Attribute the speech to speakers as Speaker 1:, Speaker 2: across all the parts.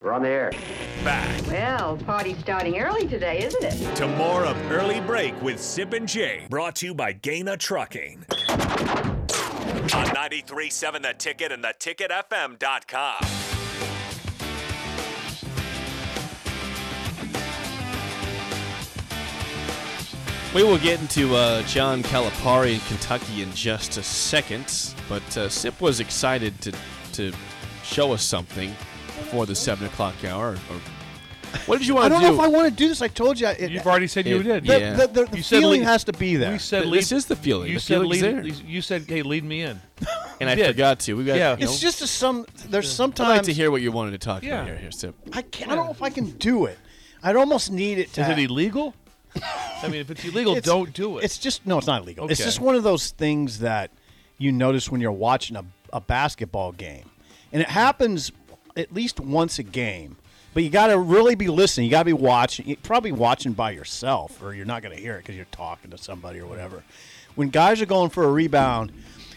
Speaker 1: We're on the air.
Speaker 2: Back
Speaker 3: Well, party's starting early today, isn't it?
Speaker 2: to more of Early Break with Sip and Jay, brought to you by Gaina Trucking. On 93.7 The Ticket and theticketfm.com.
Speaker 4: We will get into uh, John Calipari in Kentucky in just a second, but uh, Sip was excited to to show us something before the seven o'clock hour. Or, or- what did you
Speaker 5: I
Speaker 4: want to
Speaker 5: don't
Speaker 4: do?
Speaker 5: know if I want to do this. I told you. I- It,
Speaker 6: You've already said you
Speaker 4: It-
Speaker 6: did.
Speaker 5: the,
Speaker 4: Yeah.
Speaker 5: the, the, the
Speaker 6: You said
Speaker 5: feeling
Speaker 6: leave-
Speaker 5: has to be there.
Speaker 6: You said
Speaker 4: Th-
Speaker 6: lead,
Speaker 4: this is the feeling.
Speaker 6: You
Speaker 4: The
Speaker 6: said
Speaker 4: feeling's
Speaker 6: lead,
Speaker 4: there.
Speaker 6: You said, "Hey, lead me in."
Speaker 4: and I
Speaker 6: did.
Speaker 4: forgot to. We got.
Speaker 6: Yeah.
Speaker 4: you know,
Speaker 5: it's just a, some. There's
Speaker 4: I'd
Speaker 5: sometimes
Speaker 4: like to hear what you wanted to talk
Speaker 6: Yeah.
Speaker 4: about here, here, Sip.
Speaker 5: I, can't, I don't know if I can do it. I'd almost need it to.
Speaker 6: Is it illegal? I mean, if it's illegal,
Speaker 5: It's-
Speaker 6: don't do it.
Speaker 5: It's just no. It's not illegal. It's
Speaker 6: Okay.
Speaker 5: just one of those things that you notice when you're watching a, a basketball game, and it happens at least once a game. But you got to really be listening. You got to be watching. You're probably watching by yourself, or you're not going to hear it because you're talking to somebody or whatever. When guys are going for a rebound,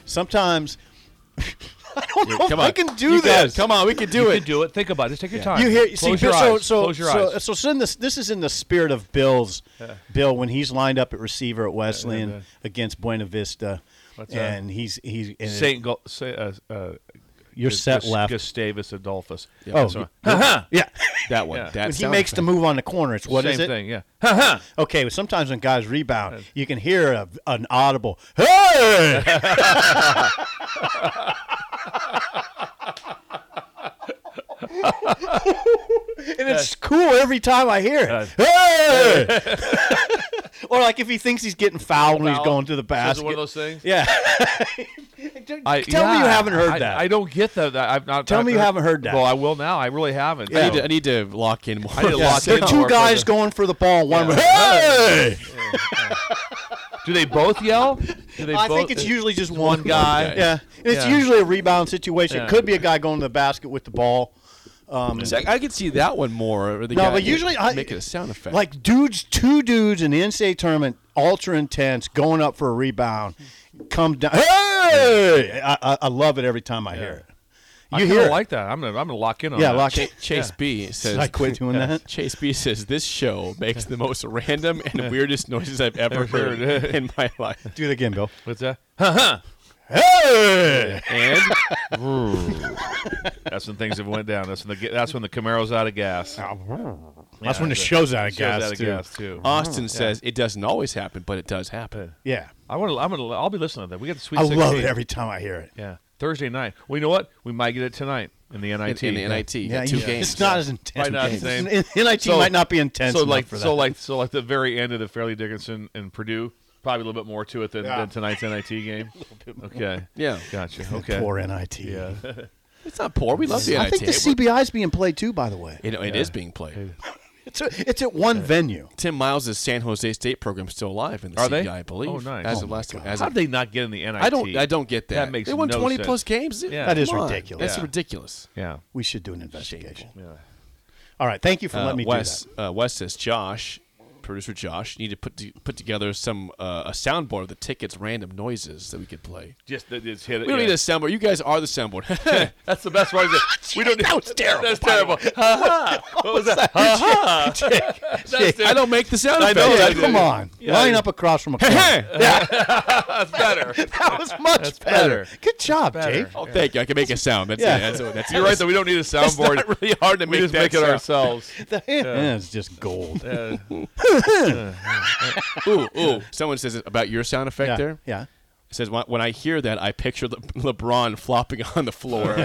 Speaker 5: sometimes I don't know if
Speaker 4: Come on,
Speaker 5: I can do
Speaker 4: you
Speaker 5: this.
Speaker 4: guys, come on, we can do
Speaker 6: you
Speaker 4: it.
Speaker 6: could do it. Think about it. Just take your time.
Speaker 5: You hear?
Speaker 6: Close
Speaker 5: see,
Speaker 6: your
Speaker 5: so,
Speaker 6: eyes.
Speaker 5: So,
Speaker 6: Close your
Speaker 5: so,
Speaker 6: eyes.
Speaker 5: so, it's in this, this is in the spirit of Bill's, Bill, when he's lined up at receiver at Wesleyan against Buena Vista,
Speaker 6: That's right.
Speaker 5: and he's he's and
Speaker 6: Saint Gu- Sa- uh, uh,
Speaker 5: you're
Speaker 6: Gus-
Speaker 5: set
Speaker 6: Gus-
Speaker 5: left.
Speaker 6: Gustavus Adolphus.
Speaker 4: Yeah,
Speaker 5: oh,
Speaker 4: that's right.
Speaker 5: yeah.
Speaker 4: that one.
Speaker 6: Yeah.
Speaker 4: That
Speaker 5: When he
Speaker 4: sounds
Speaker 5: makes the
Speaker 4: bad.
Speaker 5: move on the corner, it's what
Speaker 6: Same
Speaker 5: is it?
Speaker 6: thing. Yeah.
Speaker 5: Okay, but sometimes when guys rebound, you can hear a, an audible "Hey!" and it's cool every time I hear it. Hey! or like if he thinks he's getting fouled when he's
Speaker 6: Foul.
Speaker 5: going to the
Speaker 6: So is it
Speaker 5: basket.
Speaker 6: one of those things.
Speaker 5: yeah.
Speaker 6: I-
Speaker 5: Tell me you
Speaker 6: yeah,
Speaker 5: haven't heard
Speaker 6: I-
Speaker 5: that.
Speaker 6: I don't get that. that I've not.
Speaker 5: Tell
Speaker 6: I've
Speaker 5: me you
Speaker 6: not-
Speaker 5: haven't heard that.
Speaker 6: Well, I will now. I really
Speaker 4: I
Speaker 6: haven't. No.
Speaker 4: need, to, I need to lock in more.
Speaker 6: need to lock
Speaker 5: There
Speaker 6: in
Speaker 5: are
Speaker 6: more
Speaker 5: two
Speaker 6: for
Speaker 5: guys
Speaker 6: the-
Speaker 5: going for the ball. One
Speaker 6: Yeah.
Speaker 5: with, hey!
Speaker 6: Do they both yell? Do they
Speaker 5: I
Speaker 6: both?
Speaker 5: think it's usually just one guy.
Speaker 4: guy.
Speaker 5: Yeah, And it's
Speaker 6: Yeah.
Speaker 5: usually a rebound situation.
Speaker 6: Yeah.
Speaker 5: It could be a guy going to the basket with the ball. Um,
Speaker 4: I, I could see that one more. Or the
Speaker 5: no,
Speaker 4: guy
Speaker 5: but usually I
Speaker 4: make it a sound effect.
Speaker 5: Like dudes, two dudes in the NCAA tournament, ultra intense, going up for a rebound, come down. Hey, I, I, I love it every time I hear it.
Speaker 6: I
Speaker 5: You
Speaker 6: kinda
Speaker 5: hear it.
Speaker 6: like that. I'm gonna. I'm gonna lock in on
Speaker 5: yeah,
Speaker 6: that.
Speaker 5: lock
Speaker 4: Cha-
Speaker 5: it.
Speaker 4: Chase B says,
Speaker 5: Should I quit doing that?
Speaker 4: Chase B says this show makes the most random and weirdest noises I've ever
Speaker 6: Ever
Speaker 4: heard
Speaker 6: heard.
Speaker 4: in my life.
Speaker 5: Do it again, Bill.
Speaker 6: What's that?
Speaker 5: Hey,
Speaker 4: And
Speaker 6: That's when things have went down. That's when the that's when the Camaro's out of gas.
Speaker 5: that's when the show's out of
Speaker 6: Show's
Speaker 5: gas
Speaker 6: out of
Speaker 5: too.
Speaker 6: gas too.
Speaker 4: Austin says it doesn't always happen, but it does happen.
Speaker 5: Yeah,
Speaker 6: I want to. I'm gonna. I'll be listening to that. We got the sweet.
Speaker 5: I love
Speaker 6: 16.
Speaker 5: it every time I hear it.
Speaker 6: Yeah, Thursday night. Well, you know what? We might get it tonight in the
Speaker 4: In,
Speaker 6: NIT.
Speaker 4: in the NIT,
Speaker 5: Yeah,
Speaker 4: two
Speaker 5: you-
Speaker 4: games.
Speaker 5: It's not as intense.
Speaker 6: Might not
Speaker 5: It's-
Speaker 6: same.
Speaker 5: NIT
Speaker 6: So-
Speaker 5: might not be intense.
Speaker 6: so
Speaker 5: enough
Speaker 6: like
Speaker 5: for
Speaker 6: so
Speaker 5: that.
Speaker 6: like so like the very end of the Fairleigh Dickinson and Purdue. Probably a little bit more to it than, than tonight's NIT game. Okay.
Speaker 4: Yeah.
Speaker 6: Gotcha. Okay.
Speaker 5: Poor NIT.
Speaker 6: Yeah.
Speaker 4: It's not poor. We love the
Speaker 5: I
Speaker 4: NIT.
Speaker 5: think the CBI is being played too. By the way,
Speaker 4: It- it is being played.
Speaker 5: it's, it's at one venue.
Speaker 4: Tim Miles' San Jose State program still alive in the
Speaker 6: Are
Speaker 4: CBI,
Speaker 6: they?
Speaker 4: I believe.
Speaker 6: Oh, nice.
Speaker 4: As
Speaker 6: Oh,
Speaker 4: of last time. As
Speaker 6: How
Speaker 4: of,
Speaker 6: would they not get in the NIT?
Speaker 4: I don't. I don't get that.
Speaker 6: That makes
Speaker 4: they won
Speaker 6: no
Speaker 4: twenty
Speaker 6: sense.
Speaker 4: plus games.
Speaker 6: Yeah.
Speaker 5: That is
Speaker 4: Come on.
Speaker 5: ridiculous.
Speaker 4: That's
Speaker 6: Yeah.
Speaker 4: ridiculous.
Speaker 6: Yeah.
Speaker 5: We should do an investigation.
Speaker 6: Yeah.
Speaker 5: All right, thank you for
Speaker 4: Uh,
Speaker 5: letting me
Speaker 4: Wes,
Speaker 5: do
Speaker 4: Uh, Wes says Josh, producer Josh, need to put to, put together some uh, a soundboard of the tickets random noises that we could play.
Speaker 6: Just, just hit it.
Speaker 4: We don't
Speaker 6: yeah.
Speaker 4: need a soundboard. You guys are the soundboard.
Speaker 6: That's the best one. We don't. That was terrible. That's terrible. What was that?
Speaker 4: I don't make Uh, the Oh, sound
Speaker 6: I
Speaker 4: effect.
Speaker 6: know
Speaker 5: that.
Speaker 6: that.
Speaker 5: Yeah, come on, line up across from a corner.
Speaker 6: That's better.
Speaker 5: that was much better.
Speaker 6: better.
Speaker 5: Good job, Jake.
Speaker 4: Oh, thank you. I can make a sound. That's
Speaker 5: Yeah.
Speaker 4: it. That's, it. that's
Speaker 6: You're right. Though we don't need a
Speaker 4: It's
Speaker 6: soundboard.
Speaker 4: not really hard to
Speaker 6: we
Speaker 4: make
Speaker 6: just
Speaker 4: that
Speaker 6: make it
Speaker 4: sound.
Speaker 6: ourselves.
Speaker 5: Yeah, it's just gold.
Speaker 4: Ooh, ooh. Someone says it about your sound effect
Speaker 5: Yeah,
Speaker 4: there.
Speaker 5: yeah.
Speaker 4: It says when when I hear that, I picture Le- LeBron flopping on the floor.
Speaker 6: there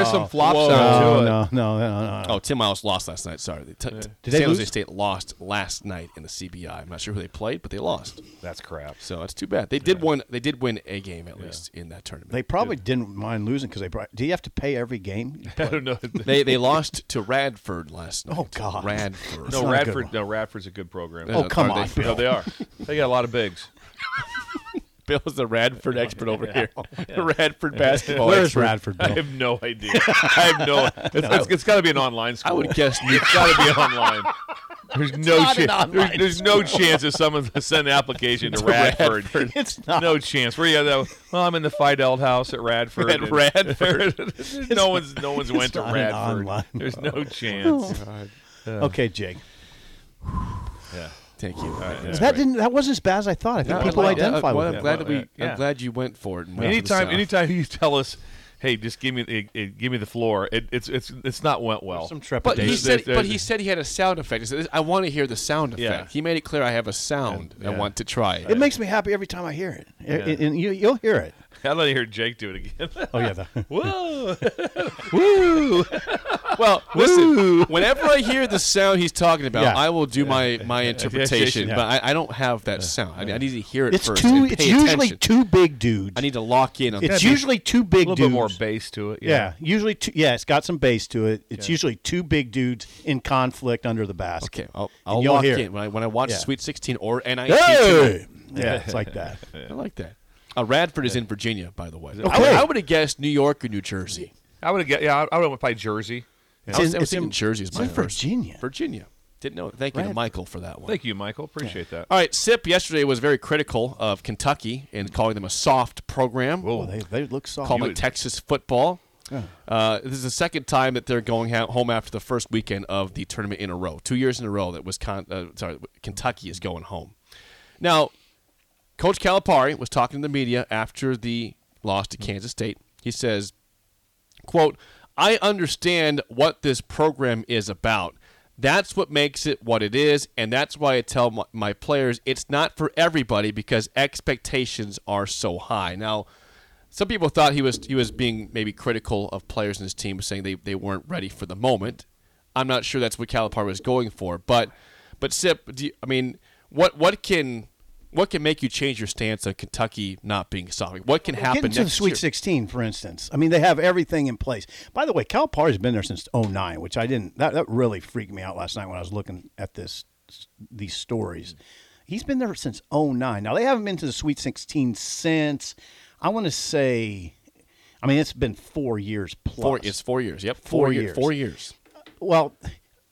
Speaker 6: is some flop
Speaker 4: Whoa.
Speaker 6: sound
Speaker 5: No,
Speaker 6: to it.
Speaker 5: no, Uh, no, no, no, no.
Speaker 4: Oh, Tim Miles lost last night. Sorry, they t-
Speaker 5: Did they
Speaker 4: San Jose
Speaker 5: lose?
Speaker 4: State lost last night in the CBI. I'm not sure who they played, but they lost.
Speaker 6: That's crap.
Speaker 4: So it's too bad. They did win. They did win a game at least in that tournament.
Speaker 5: They probably didn't mind losing because they. Brought, do you have to pay every game?
Speaker 6: I don't know.
Speaker 4: they, they lost to Radford last night.
Speaker 5: Oh, God.
Speaker 4: Radford.
Speaker 5: not a
Speaker 6: No,
Speaker 5: good
Speaker 6: Radford.
Speaker 5: one.
Speaker 6: No, Radford's a good program.
Speaker 5: Oh, come
Speaker 4: are they-
Speaker 5: on, Bill.
Speaker 6: no, they are. They got a lot of bigs.
Speaker 4: Bill's the Radford expert over here. Radford basketball.
Speaker 5: Where's
Speaker 4: expert.
Speaker 5: Radford?
Speaker 6: I
Speaker 5: Bill?
Speaker 6: have no idea. I have no. It's, it's, it's got to be an online school.
Speaker 4: I would guess New,
Speaker 6: It's got to be online. There's no
Speaker 5: not an
Speaker 6: chance.
Speaker 5: online
Speaker 6: There's, there's no chance that someone's gonna send an application to, Radford.
Speaker 5: It's not.
Speaker 6: No chance. Where you have that? Well, I'm in the Fidel house at Radford.
Speaker 4: At
Speaker 6: and-
Speaker 4: Radford.
Speaker 6: no one's no one's went to
Speaker 5: not an
Speaker 6: Radford.
Speaker 5: online- Oh.
Speaker 6: There's no chance.
Speaker 5: Okay, Jake.
Speaker 4: Thank you. Uh,
Speaker 5: That didn't. That wasn't as bad as I thought. I think
Speaker 4: No,
Speaker 5: people
Speaker 4: I like that.
Speaker 5: identify
Speaker 4: Uh, well, I'm
Speaker 5: with it.
Speaker 4: glad that we.
Speaker 6: Yeah.
Speaker 4: I'm glad you went for it. And went for the
Speaker 6: anytime,
Speaker 4: South.
Speaker 6: anytime you tell us, "Hey, just give me, eh, eh, give me the floor," it, it's it's it's not went well.
Speaker 5: Some
Speaker 4: But
Speaker 5: trepidation.
Speaker 4: he
Speaker 6: There's-
Speaker 4: said,
Speaker 6: there's-
Speaker 4: but he said he had a sound effect. He said, I want to hear the sound effect.
Speaker 6: Yeah.
Speaker 4: He made it clear I have a sound. I
Speaker 6: Yeah.
Speaker 4: want to try it.
Speaker 5: it makes me happy every time I hear it, and, and you, you'll hear it.
Speaker 6: I'd like to hear Jake do it again.
Speaker 5: Oh yeah, the,
Speaker 6: Whoa!
Speaker 4: Well, listen. Whenever I hear the sound he's talking about,
Speaker 5: Yeah.
Speaker 4: I will do my, my interpretation.
Speaker 6: Yeah.
Speaker 4: But I, I don't have that sound. I, I need to hear it
Speaker 5: it's
Speaker 4: first.
Speaker 5: two.
Speaker 4: and
Speaker 5: It's
Speaker 4: pay
Speaker 5: usually
Speaker 4: attention.
Speaker 5: two big dudes.
Speaker 4: I need to lock in on that.
Speaker 5: it's usually two big
Speaker 6: a little
Speaker 5: dudes.
Speaker 6: bit more bass to it.
Speaker 5: Yeah, usually two, yeah, it's got some bass to it. It's usually two big dudes in conflict under the basket.
Speaker 4: Okay, I'll, I'll
Speaker 5: you'll
Speaker 4: lock
Speaker 5: hear
Speaker 4: in
Speaker 5: it.
Speaker 4: when I, when I watch
Speaker 5: Yeah.
Speaker 4: Sweet 16 or NIT.
Speaker 5: Hey, yeah, it's like that.
Speaker 4: I like that. Uh, Radford is in Virginia, by the way. I
Speaker 5: Okay.
Speaker 4: would- I would have guessed New York or New Jersey.
Speaker 6: I would get. Yeah, I would have went by Jersey.
Speaker 4: I was, I was thinking Jersey is
Speaker 5: it's
Speaker 4: my
Speaker 5: in
Speaker 4: first.
Speaker 5: Virginia.
Speaker 4: Virginia. Didn't know. Thank you to Michael for that one.
Speaker 6: Thank you, Michael. Appreciate that.
Speaker 4: All right, SIP yesterday was very critical of Kentucky and calling them a soft program.
Speaker 5: Oh, they, they look soft.
Speaker 4: Call
Speaker 5: You
Speaker 4: them
Speaker 5: would-
Speaker 4: Texas football. Uh, this is the second time that they're going ha- home after the first weekend of the tournament in a row. Two years in a row that was con- uh, sorry, Kentucky is going home. Now, Coach Calipari was talking to the media after the loss
Speaker 5: Mm-hmm.
Speaker 4: to Kansas State. He says, quote, I understand what this program is about. That's what makes it what it is, and that's why I tell my, my players it's not for everybody because expectations are so high. Now, some people thought he was he was being maybe critical of players in his team, saying they, they weren't ready for the moment. I'm not sure that's what Calipari was going for, but but Sip, do you, I mean, what what can what can make you change your stance on Kentucky not being solid? What can happen
Speaker 5: Getting to the
Speaker 4: next
Speaker 5: Sweet
Speaker 4: year?
Speaker 5: 16, for instance. I mean, they have everything in place. By the way, Calipari's been there since 09, which I didn't. That, that really freaked me out last night when I was looking at this these stories. He's been there since 09. Now they haven't been to the Sweet 16 since. I want to say, I mean, it's been four years plus.
Speaker 4: Four, it's four years. Yep,
Speaker 5: Four
Speaker 4: year-
Speaker 5: years.
Speaker 4: Four years.
Speaker 5: well,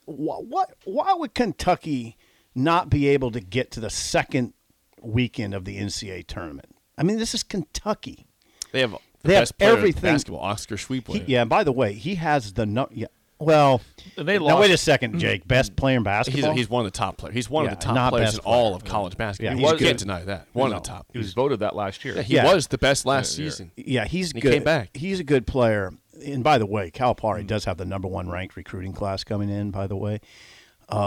Speaker 5: wh- what why would Kentucky not be able to get to the second weekend of the NCAA tournament? I mean, this is Kentucky.
Speaker 4: They have the
Speaker 5: They have
Speaker 4: best player in
Speaker 5: everything.
Speaker 4: basketball. Oscar
Speaker 5: He,
Speaker 4: Schwebler.
Speaker 5: yeah. And by the way, he has the no. Yeah. Well,
Speaker 6: And they
Speaker 5: now
Speaker 6: lost- Mm-hmm.
Speaker 5: wait a second, Jake. Best player in
Speaker 4: He's,
Speaker 5: basketball.
Speaker 4: he's one of the top players. He's one
Speaker 5: Yeah,
Speaker 4: of the top
Speaker 5: not
Speaker 4: players
Speaker 5: best
Speaker 4: in all of college basketball.
Speaker 5: Yeah,
Speaker 4: you
Speaker 5: he's
Speaker 4: can't
Speaker 5: good.
Speaker 4: deny that. One of the top.
Speaker 6: He was voted that last year.
Speaker 4: He
Speaker 5: Yeah.
Speaker 4: was the best last
Speaker 6: Yeah, yeah.
Speaker 4: season.
Speaker 5: yeah, he's
Speaker 4: he
Speaker 5: good.
Speaker 4: came back.
Speaker 5: He's a good player. And by the way,
Speaker 6: Mm-hmm.
Speaker 5: Calipari does have the number one ranked recruiting class coming in. By the way, um,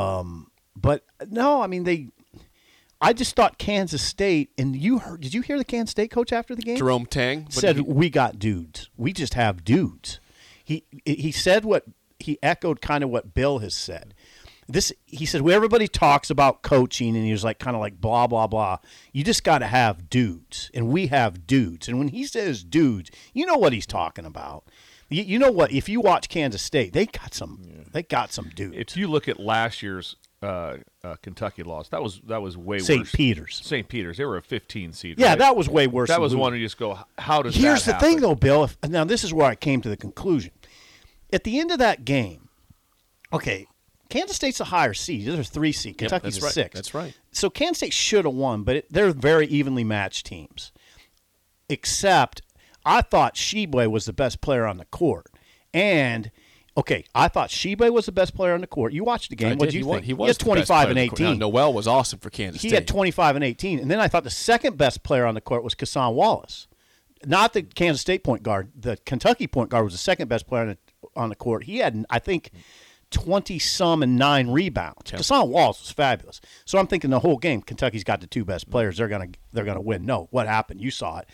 Speaker 5: but no, I mean they. I just thought Kansas State, and you heard. Did you hear the Kansas State coach after the game?
Speaker 4: Jerome Tang what
Speaker 5: said
Speaker 4: did he-
Speaker 5: we got dudes. We just have dudes. He he said what he echoed kind of what Bill has said. This he said well, everybody talks about coaching and he was like kind of like blah blah blah. You just got to have dudes and we have dudes. And when he says dudes, you know what he's talking about. You, you know what if you watch Kansas State, they got some they got some dudes.
Speaker 6: If you look at last year's uh, uh, Kentucky loss, that was that was way
Speaker 5: St.
Speaker 6: worse.
Speaker 5: Peter's.
Speaker 6: St. Peter's. They were a 15 seed.
Speaker 5: Yeah,
Speaker 6: right?
Speaker 5: that was way worse.
Speaker 6: that
Speaker 5: than
Speaker 6: was
Speaker 5: losing.
Speaker 6: one. Where you just go. "H- How does?
Speaker 5: Here's
Speaker 6: that
Speaker 5: the thing,
Speaker 6: happen?"
Speaker 5: though, Bill. If, now, this is where I came to the conclusion. At the end of that game, okay, Kansas State's a higher seed. They're a three seed. Kentucky's
Speaker 4: that's
Speaker 5: a
Speaker 4: right.
Speaker 5: six.
Speaker 4: That's right.
Speaker 5: So Kansas State should have won, but it, they're very evenly matched teams. Except, I thought Sheboy was the best player on the court, and. Okay, I thought Sheboy was the best player on the court. You watched the
Speaker 4: I
Speaker 5: game.
Speaker 4: did.
Speaker 5: What did you
Speaker 4: he wa-
Speaker 5: think?
Speaker 4: He was
Speaker 5: had
Speaker 4: the best
Speaker 5: 25
Speaker 4: player
Speaker 5: and
Speaker 4: on the court.
Speaker 5: 18.
Speaker 4: Now, Noel was awesome for Kansas
Speaker 5: He
Speaker 4: State.
Speaker 5: had 25 and 18. And then I thought the second best player on the court was Kassan Wallace. Not the Kansas State point guard. The Kentucky point guard was the second best player on the, on the court. He had, I think, 20 some and nine rebounds. Kassan Wallace was fabulous. So I'm thinking the whole game, Kentucky's got the two best players. They're going to they're gonna win. No, what happened? You saw it.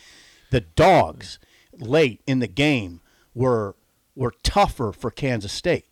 Speaker 5: The dogs late in the game were were tougher for Kansas State.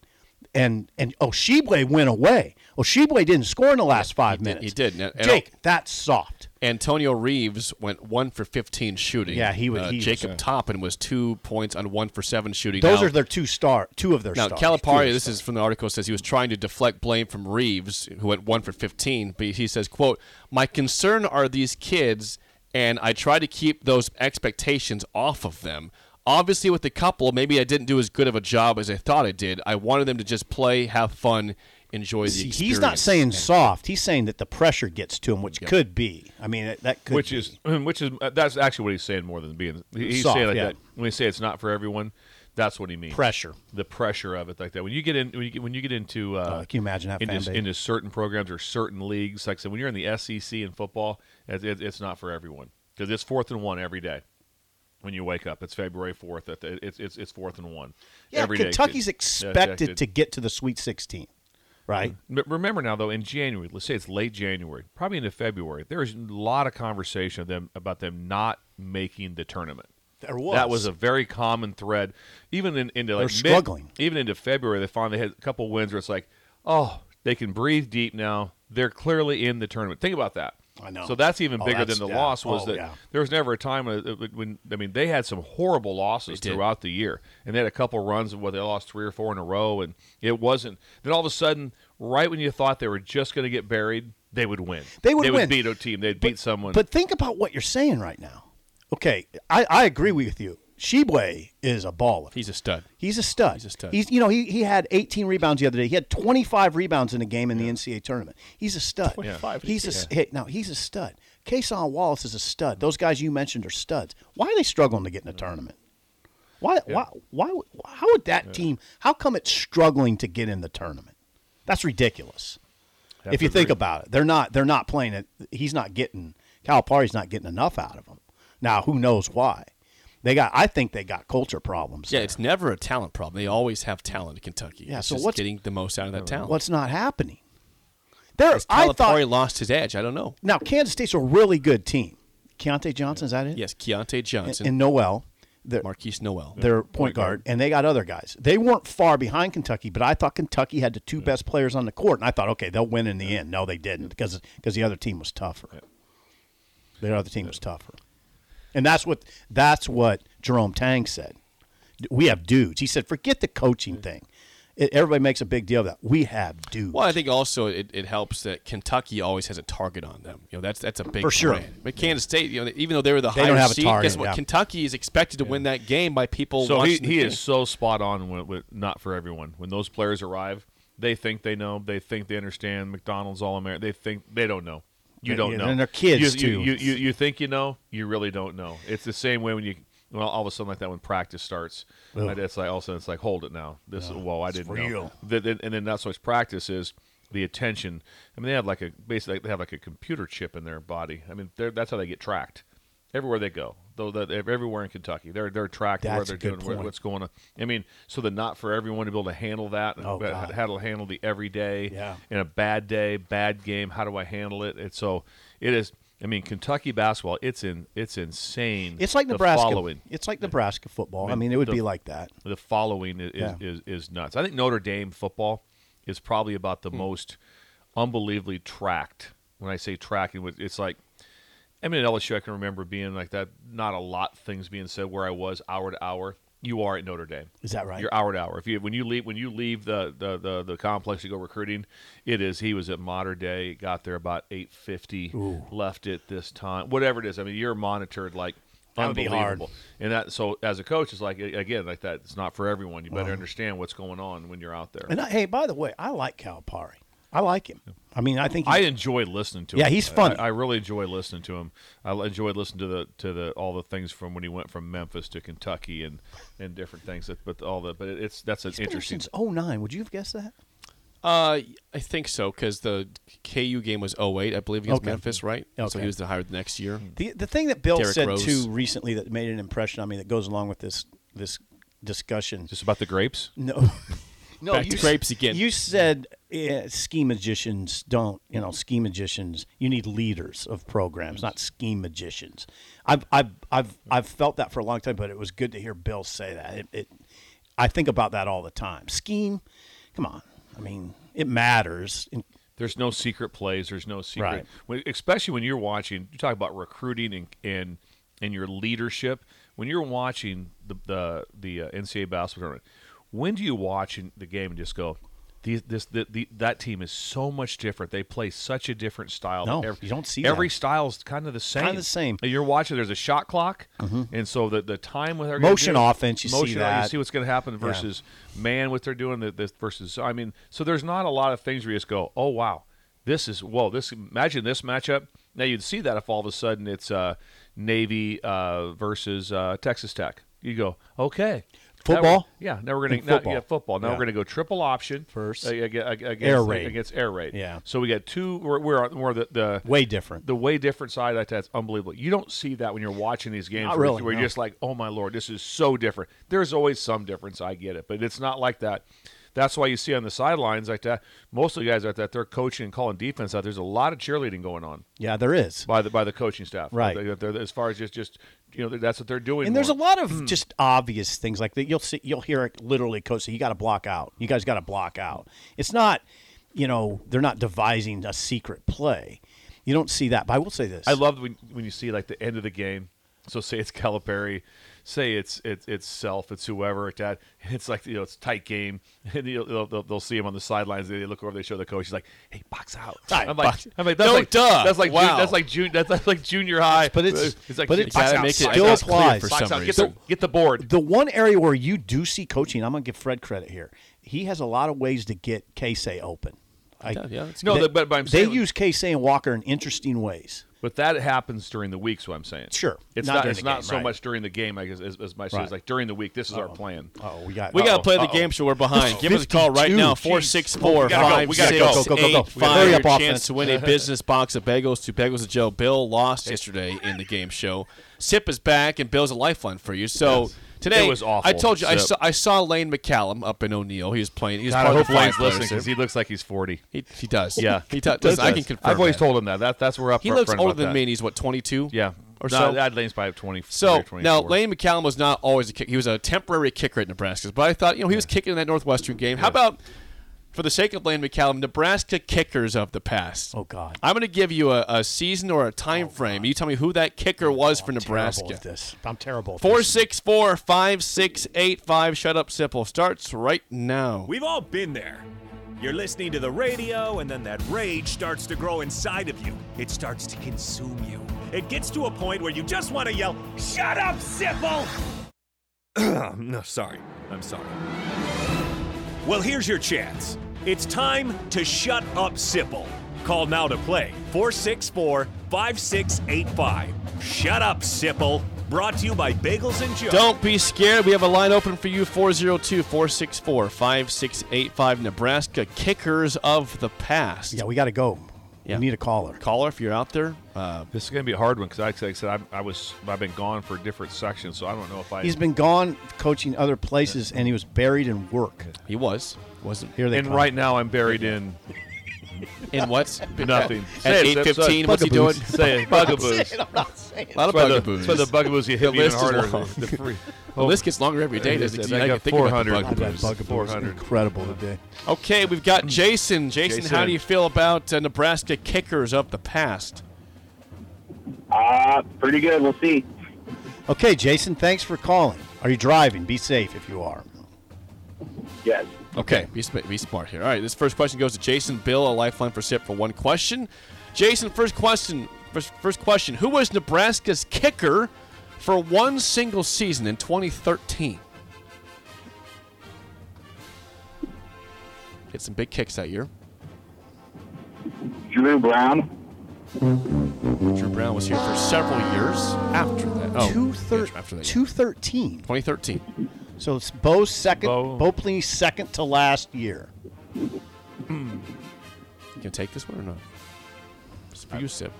Speaker 5: And and Oshibwe went away. Oshibwe didn't score in the last five
Speaker 4: did-
Speaker 5: minutes.
Speaker 4: he did, and- and-
Speaker 5: Jake, that's soft.
Speaker 4: Antonio Reeves went one for 15 shooting.
Speaker 5: Yeah, he was-
Speaker 4: Uh,
Speaker 5: he was,
Speaker 4: Jacob
Speaker 5: uh,
Speaker 4: Toppin was two points on one for seven shooting.
Speaker 5: Those
Speaker 4: Now-
Speaker 5: are their two star, two of their
Speaker 4: Now,
Speaker 5: stars.
Speaker 4: Calipari, this is from the article, says he was trying to deflect blame from Reeves, who went one for 15, but he says, quote, My concern are these kids, and I try to keep those expectations off of them. Obviously, with the couple, maybe I didn't do as good of a job as I thought I did. I wanted them to just play, have fun, enjoy the
Speaker 5: See,
Speaker 4: experience.
Speaker 5: he's not saying soft. He's saying that the pressure gets to him, which could be. I mean, that, that could
Speaker 6: which
Speaker 5: be.
Speaker 6: is which is uh, that's actually what he's saying more than being he- he's
Speaker 5: Soft,
Speaker 6: saying like
Speaker 5: yeah.
Speaker 6: that when he say it's not for everyone that's what he means
Speaker 5: Pressure.
Speaker 6: the pressure of it like that when you get in when you get, when you get into uh,
Speaker 5: Oh, can you imagine that fan
Speaker 6: into,
Speaker 5: base?
Speaker 6: into certain programs or certain leagues like I said when you're in the SEC in football it, it, it's not for everyone because it's fourth and one every day when you wake up it's February fourth That it's it's it's fourth and one
Speaker 5: Yeah,
Speaker 6: every day.
Speaker 5: Kentucky's
Speaker 6: Yeah,
Speaker 5: expected
Speaker 6: it-
Speaker 5: to get to the Sweet 16, right?
Speaker 6: but remember now, though, in January, let's say it's late January, probably into February, there is a lot of conversation of them about them not making the tournament.
Speaker 4: Mm-hmm.
Speaker 5: There was.
Speaker 6: That was a very common thread, even in, into like
Speaker 5: They're
Speaker 6: mid-
Speaker 5: struggling.
Speaker 6: even into February, they finally had a couple wins where it's like, oh, they can breathe deep now. They're clearly in the tournament. Think about that.
Speaker 5: I know.
Speaker 6: So that's even
Speaker 5: Oh,
Speaker 6: bigger
Speaker 5: that's-
Speaker 6: than the
Speaker 5: yeah.
Speaker 6: loss was
Speaker 5: Oh,
Speaker 6: that
Speaker 5: yeah.
Speaker 6: there was never a time when, uh, when I mean they had some horrible losses
Speaker 4: They did.
Speaker 6: throughout the year, and they had a couple runs of where they lost three or four in a row, and it wasn't. Then all of a sudden, right when you thought they were just going to get buried, they would win.
Speaker 5: They would win.
Speaker 6: beat a team. They'd beat someone.
Speaker 5: But think about what you're saying right now. Okay, I, I agree with you. Shibwe is a baller.
Speaker 4: he's a stud.
Speaker 5: He's a stud.
Speaker 4: He's a stud.
Speaker 5: He's you know he, he had 18 rebounds the other day. He had 25 rebounds in a game in the NCAA tournament. He's a stud.
Speaker 4: 25.
Speaker 5: He's a s- hey, no. He's a stud. Kason Wallace is a stud. Those guys you mentioned are studs. Why are they struggling to get in a tournament? Why why why would- how would that team? How come it's struggling to get in the tournament? That's ridiculous. if you think about it, they're not they're not playing it. He's not getting Calipari's not getting enough out of him. Now who knows why? They got. I think they got culture problems.
Speaker 4: Yeah,
Speaker 5: there.
Speaker 4: it's never a talent problem. They always have talent in Kentucky.
Speaker 5: Yeah,
Speaker 4: It's
Speaker 5: so
Speaker 4: just
Speaker 5: what's-
Speaker 4: getting the most out of that talent?
Speaker 5: what's not happening. There,
Speaker 4: Has
Speaker 5: I
Speaker 4: Calipari
Speaker 5: thought
Speaker 4: lost his edge? I don't know.
Speaker 5: now Kansas State's a really good team. Keontae Johnson is that it?
Speaker 4: Yes, Keontae
Speaker 5: and,
Speaker 4: Johnson,
Speaker 5: and Noel, their,
Speaker 4: Marquise Noel.
Speaker 5: their point guard, and they got other guys. They weren't far behind Kentucky, but I thought Kentucky had the two best players on the court, and I thought, okay, they'll win in the end. No, they didn't because because the other team was tougher. The other team was tougher, and that's what that's what Jerome Tang said. We have dudes. He said, forget the coaching thing. It, everybody makes a big deal of that. We have dudes.
Speaker 4: Well, I think also it, it helps that Kentucky always has a target on them. You know, that's that's a big
Speaker 5: For sure.
Speaker 4: brand. But Kansas State, you know, even though they were the
Speaker 5: They
Speaker 4: higher
Speaker 5: don't have a
Speaker 4: seed,
Speaker 5: target,
Speaker 4: guess what?
Speaker 5: yeah.
Speaker 4: Kentucky is expected to win that game by people.
Speaker 6: So he,
Speaker 4: watching the
Speaker 6: he
Speaker 4: game.
Speaker 6: is so spot on with, with not for everyone. When those players arrive, they think they know. They think they understand McDonald's All American. They think they don't know. You
Speaker 5: They-
Speaker 6: don't
Speaker 5: yeah,
Speaker 6: know.
Speaker 5: and they're kids,
Speaker 6: you, you-
Speaker 5: too.
Speaker 6: You, you, you think you know. You really don't know. It's the same way when you. Well, all of a sudden, like that, when practice starts,
Speaker 5: Ugh.
Speaker 6: it's like all of a sudden it's like, hold it now. This, whoa, I didn't know.
Speaker 5: real.
Speaker 6: Th- th- and then that's what practice is the attention. I mean, they have like a basically they have like a computer chip in their body. I mean, they're, that's how they get tracked everywhere they go. Though that everywhere in Kentucky, they're they're tracked where
Speaker 5: That's a
Speaker 6: they're
Speaker 5: good
Speaker 6: doing where,
Speaker 5: point.
Speaker 6: what's going on. I mean, so the not for everyone to be able to handle that.
Speaker 5: Oh,
Speaker 6: but
Speaker 5: God.
Speaker 6: how to handle the everyday
Speaker 5: Yeah.
Speaker 6: in a bad day, bad game. How do I handle it? And so it is. I mean, Kentucky basketball. It's in. It's insane.
Speaker 5: It's like
Speaker 6: the
Speaker 5: Nebraska.
Speaker 6: Following
Speaker 5: It's like Nebraska football. I
Speaker 6: mean,
Speaker 5: mean, it would
Speaker 6: the-
Speaker 5: be like that.
Speaker 6: the following is,
Speaker 5: Yeah.
Speaker 6: is, is nuts. I think Notre Dame football is probably about
Speaker 5: Hmm.
Speaker 6: the most unbelievably tracked. When I say tracking, what- it's like I mean at LSU. I can remember being like that. Not a lot of things being said where I was hour to hour. You are at Notre Dame.
Speaker 5: Is that right?
Speaker 6: You're hour to hour. If you when you leave when you leave the the, the, the complex to go recruiting, it is he was at modern day. Got there about eight fifty. Left it this time. Whatever it is. I mean you're monitored like
Speaker 5: That would be hard.
Speaker 6: unbelievable. And that so as a coach, it's like again like that. It's not for everyone. You better understand what's going on when you're out there.
Speaker 5: And I, hey, by the way, I like Calipari. I like him. I mean, I think
Speaker 6: I
Speaker 5: he's,
Speaker 6: enjoy listening to him.
Speaker 5: Yeah, he's funny.
Speaker 6: I, I really enjoy listening to him. I l- enjoy listening to the to the all the things from when he went from Memphis to Kentucky and and different things. That, but all the but it's that's an
Speaker 5: he's been there
Speaker 6: interesting.
Speaker 5: since 09. Would you have guessed that?
Speaker 4: Uh, I think so because the KU game was 08, I believe, against
Speaker 5: Okay.
Speaker 4: Memphis, right? So
Speaker 5: Okay. Hmm.
Speaker 4: he was hired the next year.
Speaker 5: The the thing that Bill
Speaker 4: Derrick
Speaker 5: said
Speaker 4: Rose.
Speaker 5: too recently that made an impression on me that goes along with this this discussion.
Speaker 6: Just about the grapes.
Speaker 5: no, no,
Speaker 4: Back to
Speaker 5: s-
Speaker 4: grapes again.
Speaker 5: You said eh, ski magicians don't. You know, ski magicians. You need leaders of programs, not ski magicians. I've I've I've I've felt that for a long time, but it was good to hear Bill say that. It, it I think about that all the time. Scheme, come on. I mean, it matters. And
Speaker 6: There's no secret plays. There's no secret,
Speaker 5: Right.
Speaker 6: when, especially when you're watching. You talk about recruiting and and and your leadership. When you're watching the the the uh, NCAA basketball tournament, when do you watch in the game and just go, These, this the, the, that team is so much different. They play such a different style.
Speaker 5: No, you don't see
Speaker 6: every
Speaker 5: that.
Speaker 6: style's kind of the same.
Speaker 5: Kinda the same. Mm-hmm.
Speaker 6: You're watching. There's a shot clock, and so the the time with
Speaker 5: Motion offense, you see
Speaker 6: motion, You
Speaker 5: that.
Speaker 6: see what's going to happen versus man, what they're doing. The, this versus. I mean, so there's not a lot of things where you just go, oh wow, this is whoa. This imagine this matchup. Now you'd see that if all of a sudden it's uh, Navy uh, versus uh, Texas Tech. You go okay. Now we're-
Speaker 5: Football?
Speaker 6: yeah, now we're going
Speaker 5: And
Speaker 6: to
Speaker 5: football.
Speaker 6: yeah football. Now
Speaker 5: Yeah.
Speaker 6: we're going to go triple option
Speaker 5: First.
Speaker 6: uh, ag- ag- against,
Speaker 5: Air raid.
Speaker 6: against air raid.
Speaker 5: Yeah.
Speaker 6: So we got two. We're we're, on- we're the, the
Speaker 5: Way different.
Speaker 6: the way different side of that. That's unbelievable. You don't see that when you're watching these games.
Speaker 5: Not
Speaker 6: where-
Speaker 5: really,
Speaker 6: Where
Speaker 5: no.
Speaker 6: you're just like, oh my lord, this is so different. There's always some difference. I get it, but it's not like that. That's why you see on the sidelines like that. Most of the guys out that they're coaching and calling defense out. There's a lot of cheerleading going on
Speaker 5: Yeah, there is.
Speaker 6: by the by the coaching staff.
Speaker 5: Right.
Speaker 6: They- they're- as far as just just you know that's what they're doing.
Speaker 5: And there's a
Speaker 6: more.
Speaker 5: lot of just obvious things like that. You'll see, you'll hear it literally, coach. say, You got to block out. You guys got to block out. It's not, you know, they're not devising a secret play. You don't see that. But I will say this.
Speaker 6: I love when when you see like the end of the game. So say it's Calipari, say it's it's it's self, it's whoever it's that. It's like you know it's a tight game, and you'll, they'll, they'll they'll see him on the sidelines. They look over, they show the coach. He's like, "Hey, box out!"
Speaker 5: Right,
Speaker 6: I'm like,
Speaker 5: box-
Speaker 6: I'm like, that's
Speaker 4: No,
Speaker 6: like
Speaker 4: duh.
Speaker 6: that's like
Speaker 4: Wow.
Speaker 6: jun- that's like junior that's, that's like junior high.
Speaker 5: But it's-
Speaker 6: like
Speaker 5: but
Speaker 6: jun-
Speaker 5: it's-
Speaker 6: box
Speaker 4: Gotta
Speaker 6: out,
Speaker 4: make it
Speaker 6: box
Speaker 5: still
Speaker 6: out,
Speaker 4: that's clear
Speaker 5: applies.
Speaker 4: for
Speaker 6: box
Speaker 4: some
Speaker 6: out, get
Speaker 4: reason.
Speaker 6: the get the board.
Speaker 5: the one area where you do see coaching, I'm going to give Fred credit here. He has a lot of ways to get Casey open. I,
Speaker 4: Yeah, yeah, that's
Speaker 6: No,
Speaker 5: they-
Speaker 6: the- but- but I'm
Speaker 5: they
Speaker 6: saying-
Speaker 5: use Casey and Walker in interesting ways.
Speaker 6: But that happens during the week, so I'm saying.
Speaker 5: Sure.
Speaker 6: It's
Speaker 5: Not
Speaker 6: not,
Speaker 5: during
Speaker 6: it's
Speaker 5: the
Speaker 6: not
Speaker 5: game,
Speaker 6: so
Speaker 5: right.
Speaker 6: much during the game like, as, as, as much
Speaker 5: Right.
Speaker 6: as like during the week. This is our plan.
Speaker 5: Oh, we got
Speaker 4: We got to
Speaker 6: Uh-oh,
Speaker 4: play the
Speaker 6: uh-oh.
Speaker 4: game show. We're behind. Give us a call right
Speaker 5: 52,
Speaker 4: now.
Speaker 5: jeez.
Speaker 4: 464
Speaker 6: We gotta go, we gotta go. Go, go,
Speaker 5: go, go.
Speaker 4: 5685.
Speaker 5: Hurry
Speaker 4: Your
Speaker 5: up,
Speaker 4: chance
Speaker 5: offense.
Speaker 4: to win a business box of bagels to Bagels with Joe. Bill lost yesterday in the game show. Sip is back, and Bill's a lifeline for you. So today,
Speaker 6: It was awful,
Speaker 4: I told you I
Speaker 6: Sip.
Speaker 4: saw, I saw Lane McCallum up in O'Neill. He was playing. He was
Speaker 6: God, I
Speaker 4: part of
Speaker 6: hope
Speaker 4: the
Speaker 6: Lane's
Speaker 4: Firefighters.
Speaker 6: listening because he looks like he's 40.
Speaker 4: He, he does.
Speaker 6: Yeah,
Speaker 4: he does. Listen, I can confirm.
Speaker 6: I've always
Speaker 4: that.
Speaker 6: told him that. That that's where up.
Speaker 4: He looks older than me, and he's what 22.
Speaker 6: Yeah,
Speaker 4: or
Speaker 6: no,
Speaker 4: so.
Speaker 6: That Lane's probably twenty.
Speaker 4: So
Speaker 6: 23,
Speaker 4: now
Speaker 6: 24.
Speaker 4: Lane McCallum was not always a kick. He was a temporary kicker at Nebraska, but I thought you know he was kicking in that Northwestern game. How about for the sake of Lane McCallum, Nebraska kickers of the past?
Speaker 5: Oh, God. Oh,
Speaker 4: I'm going to give you a, a season or a time frame. You tell me who that kicker was for
Speaker 5: Terrible at
Speaker 4: Nebraska.
Speaker 5: this. I'm terrible. At
Speaker 4: Four
Speaker 5: this.
Speaker 4: six four five six eight five. Shut up, Sipple. Starts right now.
Speaker 2: We've all been there. You're listening to the radio, and then that rage starts to grow inside of you. It starts to consume you. It gets to a point where you just want to yell, Shut up, Sipple! no, sorry. I'm sorry. Well, here's your chance. It's time to shut up, Sipple. Call now to play 464 5685. Shut up, Sipple. Brought to you by Bagels and Joe.
Speaker 4: Don't be scared. We have a line open for you 402 464 5685. Nebraska kickers of the past.
Speaker 5: Yeah, we got to go.
Speaker 4: Yeah.
Speaker 5: We need a caller.
Speaker 4: Caller, if you're out there, uh,
Speaker 6: this is gonna be a hard one because, like I said, I'm, I was I've been gone for different sections, so I don't know if I.
Speaker 5: He's been gone coaching other places, and he was buried in work.
Speaker 4: He was. Wasn't
Speaker 5: Here they
Speaker 6: and
Speaker 5: come.
Speaker 6: right now, I'm buried in
Speaker 4: in what's
Speaker 6: nothing.
Speaker 4: At
Speaker 6: Say it,
Speaker 4: eight
Speaker 6: say it, say
Speaker 4: fifteen,
Speaker 6: it.
Speaker 4: what's he doing?
Speaker 5: Bugaboos.
Speaker 6: Say it, bugaboos.
Speaker 5: I'm not saying
Speaker 4: A lot of
Speaker 6: That's why the-
Speaker 4: bugaboos.
Speaker 6: That's why the bugaboos you hit me even
Speaker 4: list is
Speaker 6: harder.
Speaker 4: long.
Speaker 6: The free-
Speaker 4: The list gets longer every day, doesn't it?
Speaker 6: I
Speaker 4: I
Speaker 6: got
Speaker 4: can think about the
Speaker 6: 400.
Speaker 5: God, that
Speaker 4: bugaboos.
Speaker 5: bug of yours is
Speaker 6: 400.
Speaker 5: incredible today.
Speaker 4: Okay, we've got Jason. Jason, how
Speaker 6: Jason.
Speaker 4: do you feel about uh, Nebraska kickers of the past?
Speaker 1: Uh, pretty good. We'll see.
Speaker 5: Okay, Jason, thanks for calling. Are you driving? Be safe if you are.
Speaker 1: Yes.
Speaker 4: Okay, be, sp- be smart here. All right, this first question goes to Jason Bill, a lifeline for SIP for one question. Jason, first question. First, first question. Who was Nebraska's kicker for one single season in 2013? Hit some big kicks that year.
Speaker 1: Drew Brown.
Speaker 4: Drew Brown was here for several years after that. Oh,
Speaker 5: Two
Speaker 4: yeah,
Speaker 5: thir-
Speaker 4: after that, yeah.
Speaker 5: 213.
Speaker 4: 2013.
Speaker 5: So it's Bo's second,
Speaker 6: Bo.
Speaker 5: Bo, Pleen's second to last year.
Speaker 4: You can take this one or not? It's for you, Sip.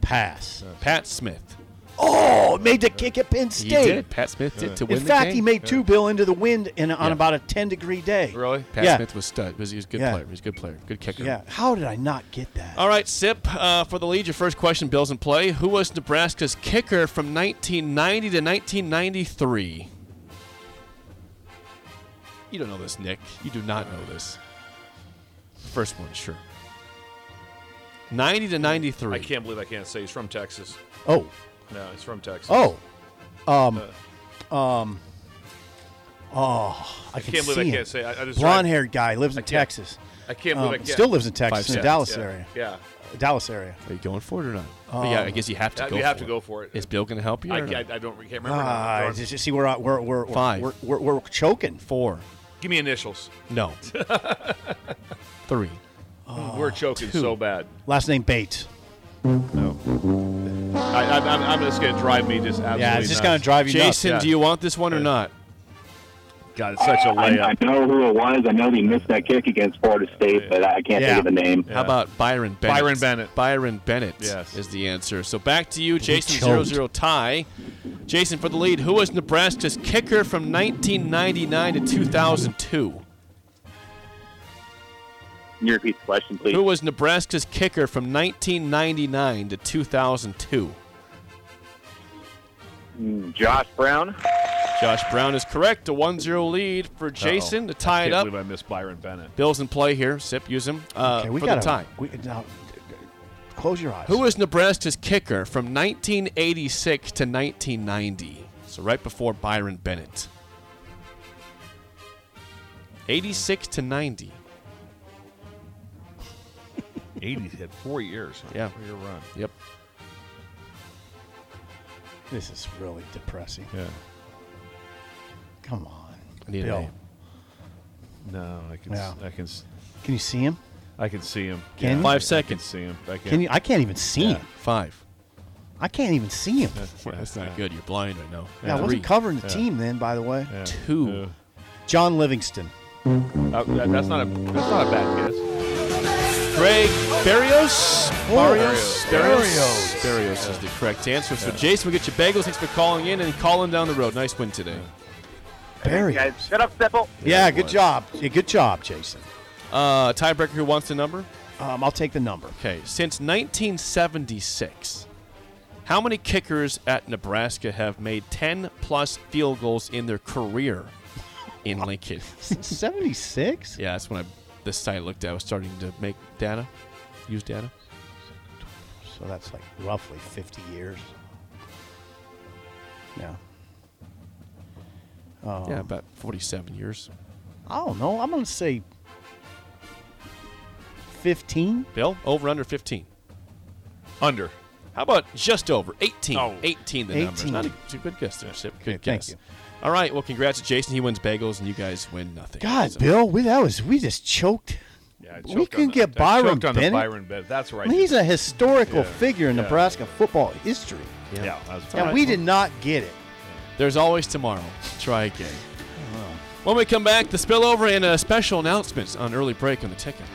Speaker 5: Pass.
Speaker 4: Pat Smith.
Speaker 5: Oh, made the kick at Penn
Speaker 4: He
Speaker 5: State.
Speaker 4: did. Pat Smith did to win
Speaker 5: In
Speaker 4: the
Speaker 5: fact,
Speaker 4: game.
Speaker 5: he made two bill into the wind in, on
Speaker 4: Yeah.
Speaker 5: about a 10 degree day.
Speaker 6: Really?
Speaker 4: Pat
Speaker 5: yeah.
Speaker 4: Smith was stud. Was- He was a good
Speaker 5: Yeah.
Speaker 4: player. He was a good player. Good kicker.
Speaker 5: Yeah. How did I not get that?
Speaker 4: All right, Sip, uh, for the lead, your first question, Bills in play. Who was Nebraska's kicker from 1990 to 1993? You don't know this, Nick. You do not know this. First one, sure. 90 to 93.
Speaker 6: I can't believe I can't say he's from Texas.
Speaker 5: Oh.
Speaker 6: No, he's from Texas.
Speaker 5: Oh. Um. um. I,
Speaker 6: I can't believe I
Speaker 5: see
Speaker 6: can't
Speaker 5: him.
Speaker 6: say. I, I just
Speaker 5: Blonde haired guy lives in
Speaker 6: can't-
Speaker 5: Texas.
Speaker 6: I can't
Speaker 5: Um,
Speaker 6: believe I can't.
Speaker 5: Still lives in
Speaker 4: Five
Speaker 5: Texas, in the
Speaker 4: cents.
Speaker 5: Dallas
Speaker 6: yeah.
Speaker 5: area.
Speaker 6: Yeah,
Speaker 5: Dallas area.
Speaker 4: Are you going for it or not?
Speaker 5: Oh.
Speaker 4: But yeah, I guess you have to
Speaker 6: Yeah,
Speaker 4: go.
Speaker 6: you have
Speaker 4: for
Speaker 6: to
Speaker 4: it.
Speaker 6: go for it.
Speaker 4: Is Bill going to help you?
Speaker 6: I,
Speaker 4: or not?
Speaker 6: I, I don't re- can't remember. now.
Speaker 5: Ah,
Speaker 6: Darn.
Speaker 5: just, see, we're out- we're we're we're,
Speaker 4: Five.
Speaker 5: we're we're we're choking.
Speaker 4: Four.
Speaker 6: Give me initials.
Speaker 4: No. Three.
Speaker 5: Ah,
Speaker 6: We're choking so bad.
Speaker 5: Last name Bates.
Speaker 4: Uh,
Speaker 6: I, I, I'm, I'm just gonna drive me just absolutely.
Speaker 5: Yeah, it's just gonna
Speaker 6: nuts.
Speaker 5: drive you nuts.
Speaker 4: Jason,
Speaker 6: yeah.
Speaker 4: do you want this one or not?
Speaker 6: God, it's such a
Speaker 1: I, I
Speaker 6: layup.
Speaker 1: know who it was. I know he missed that kick against Florida State, but I can't
Speaker 5: Yeah.
Speaker 1: think of the name.
Speaker 4: How about Byron Bennett?
Speaker 6: Byron Bennett.
Speaker 4: Byron Bennett
Speaker 6: Yes.
Speaker 4: is the answer. So back to you, Jason. Zero
Speaker 5: choked.
Speaker 4: zero tie. Jason for the lead. Who was Nebraska's kicker from 1999 to 2002?
Speaker 1: Can you repeat the question, please?
Speaker 4: Who was Nebraska's kicker from 1999 to 2002?
Speaker 1: Josh Brown.
Speaker 4: Josh Brown is correct. A 1 0 lead for Jason to tie it
Speaker 6: Can't
Speaker 4: up.
Speaker 6: believe I missed Byron Bennett.
Speaker 4: Bill's in play here. Sip, use him uh,
Speaker 5: Okay, we
Speaker 4: for
Speaker 5: got
Speaker 4: the tie.
Speaker 5: We, now, close your eyes.
Speaker 4: Who was Nebraska's kicker from 1986 to 1990? So right before Byron Bennett. 86 to 90.
Speaker 6: 80 hit four years. huh?
Speaker 4: Yeah.
Speaker 6: four-year run.
Speaker 4: Yep.
Speaker 5: This is really depressing.
Speaker 6: Yeah.
Speaker 5: Come on,
Speaker 4: I need a
Speaker 5: Bill.
Speaker 4: name.
Speaker 6: No, I can.
Speaker 5: Yeah.
Speaker 6: I can. s-
Speaker 5: Can you see him?
Speaker 6: I can see him.
Speaker 5: Can you?
Speaker 6: I
Speaker 4: Five
Speaker 6: can
Speaker 4: seconds.
Speaker 6: see him. I can.
Speaker 5: Can you? I can't even see
Speaker 4: Yeah,
Speaker 5: him.
Speaker 4: Five.
Speaker 5: I can't even see him.
Speaker 4: Well, that's not good. You're blind right now.
Speaker 5: Yeah, I
Speaker 4: Three.
Speaker 5: wasn't covering the team then, by the way.
Speaker 6: Yeah.
Speaker 4: Two.
Speaker 5: John Livingston.
Speaker 6: Yeah. Uh, that- that's not a. That's not a bad guess.
Speaker 4: Greg Barrios. Barrios.
Speaker 5: Barrios.
Speaker 4: Barrios is the correct answer. So Jason, we get your bagels. Thanks for calling in and calling down the road. Nice win today.
Speaker 5: Barry.
Speaker 1: Guys, shut up, Stipple.
Speaker 5: Yeah, good job. Yeah, good job, Jason.
Speaker 4: Uh, tiebreaker. Who wants the number?
Speaker 5: Um, I'll take the number.
Speaker 4: Okay, since 1976, how many kickers at Nebraska have made 10 plus field goals in their career in Lincoln?
Speaker 5: 76?
Speaker 4: yeah, that's when I this site I looked at was starting to make data, use data.
Speaker 5: So that's like roughly 50 years. Yeah. Uh-huh.
Speaker 4: yeah, about 47 years.
Speaker 5: I don't know. I'm going to say 15.
Speaker 4: Bill, over under 15.
Speaker 6: Under.
Speaker 4: How about just over 18?
Speaker 6: Oh.
Speaker 4: 18 the number. It's
Speaker 5: 18.
Speaker 4: Not a, it's a good guess there, Sip. Good
Speaker 5: Okay, thank
Speaker 4: guess.
Speaker 5: you.
Speaker 4: All right, well, congrats to Jason. He wins bagels, and you guys win nothing.
Speaker 5: God,
Speaker 4: So-
Speaker 5: Bill, we that was we just choked.
Speaker 6: Yeah, I
Speaker 5: We
Speaker 6: choked
Speaker 5: couldn't
Speaker 6: on
Speaker 5: get
Speaker 6: the, I
Speaker 5: Byron
Speaker 6: choked on
Speaker 5: Bennett.
Speaker 6: The Byron Bennett. That's right.
Speaker 5: I mean, he's a historical
Speaker 6: Yeah,
Speaker 5: figure in
Speaker 6: yeah.
Speaker 5: Nebraska football history,
Speaker 6: yeah. that's
Speaker 5: and
Speaker 6: right.
Speaker 5: we did not get it.
Speaker 4: There's always tomorrow. Try again. When we come back, the spillover and uh, special announcements on early break on the ticket.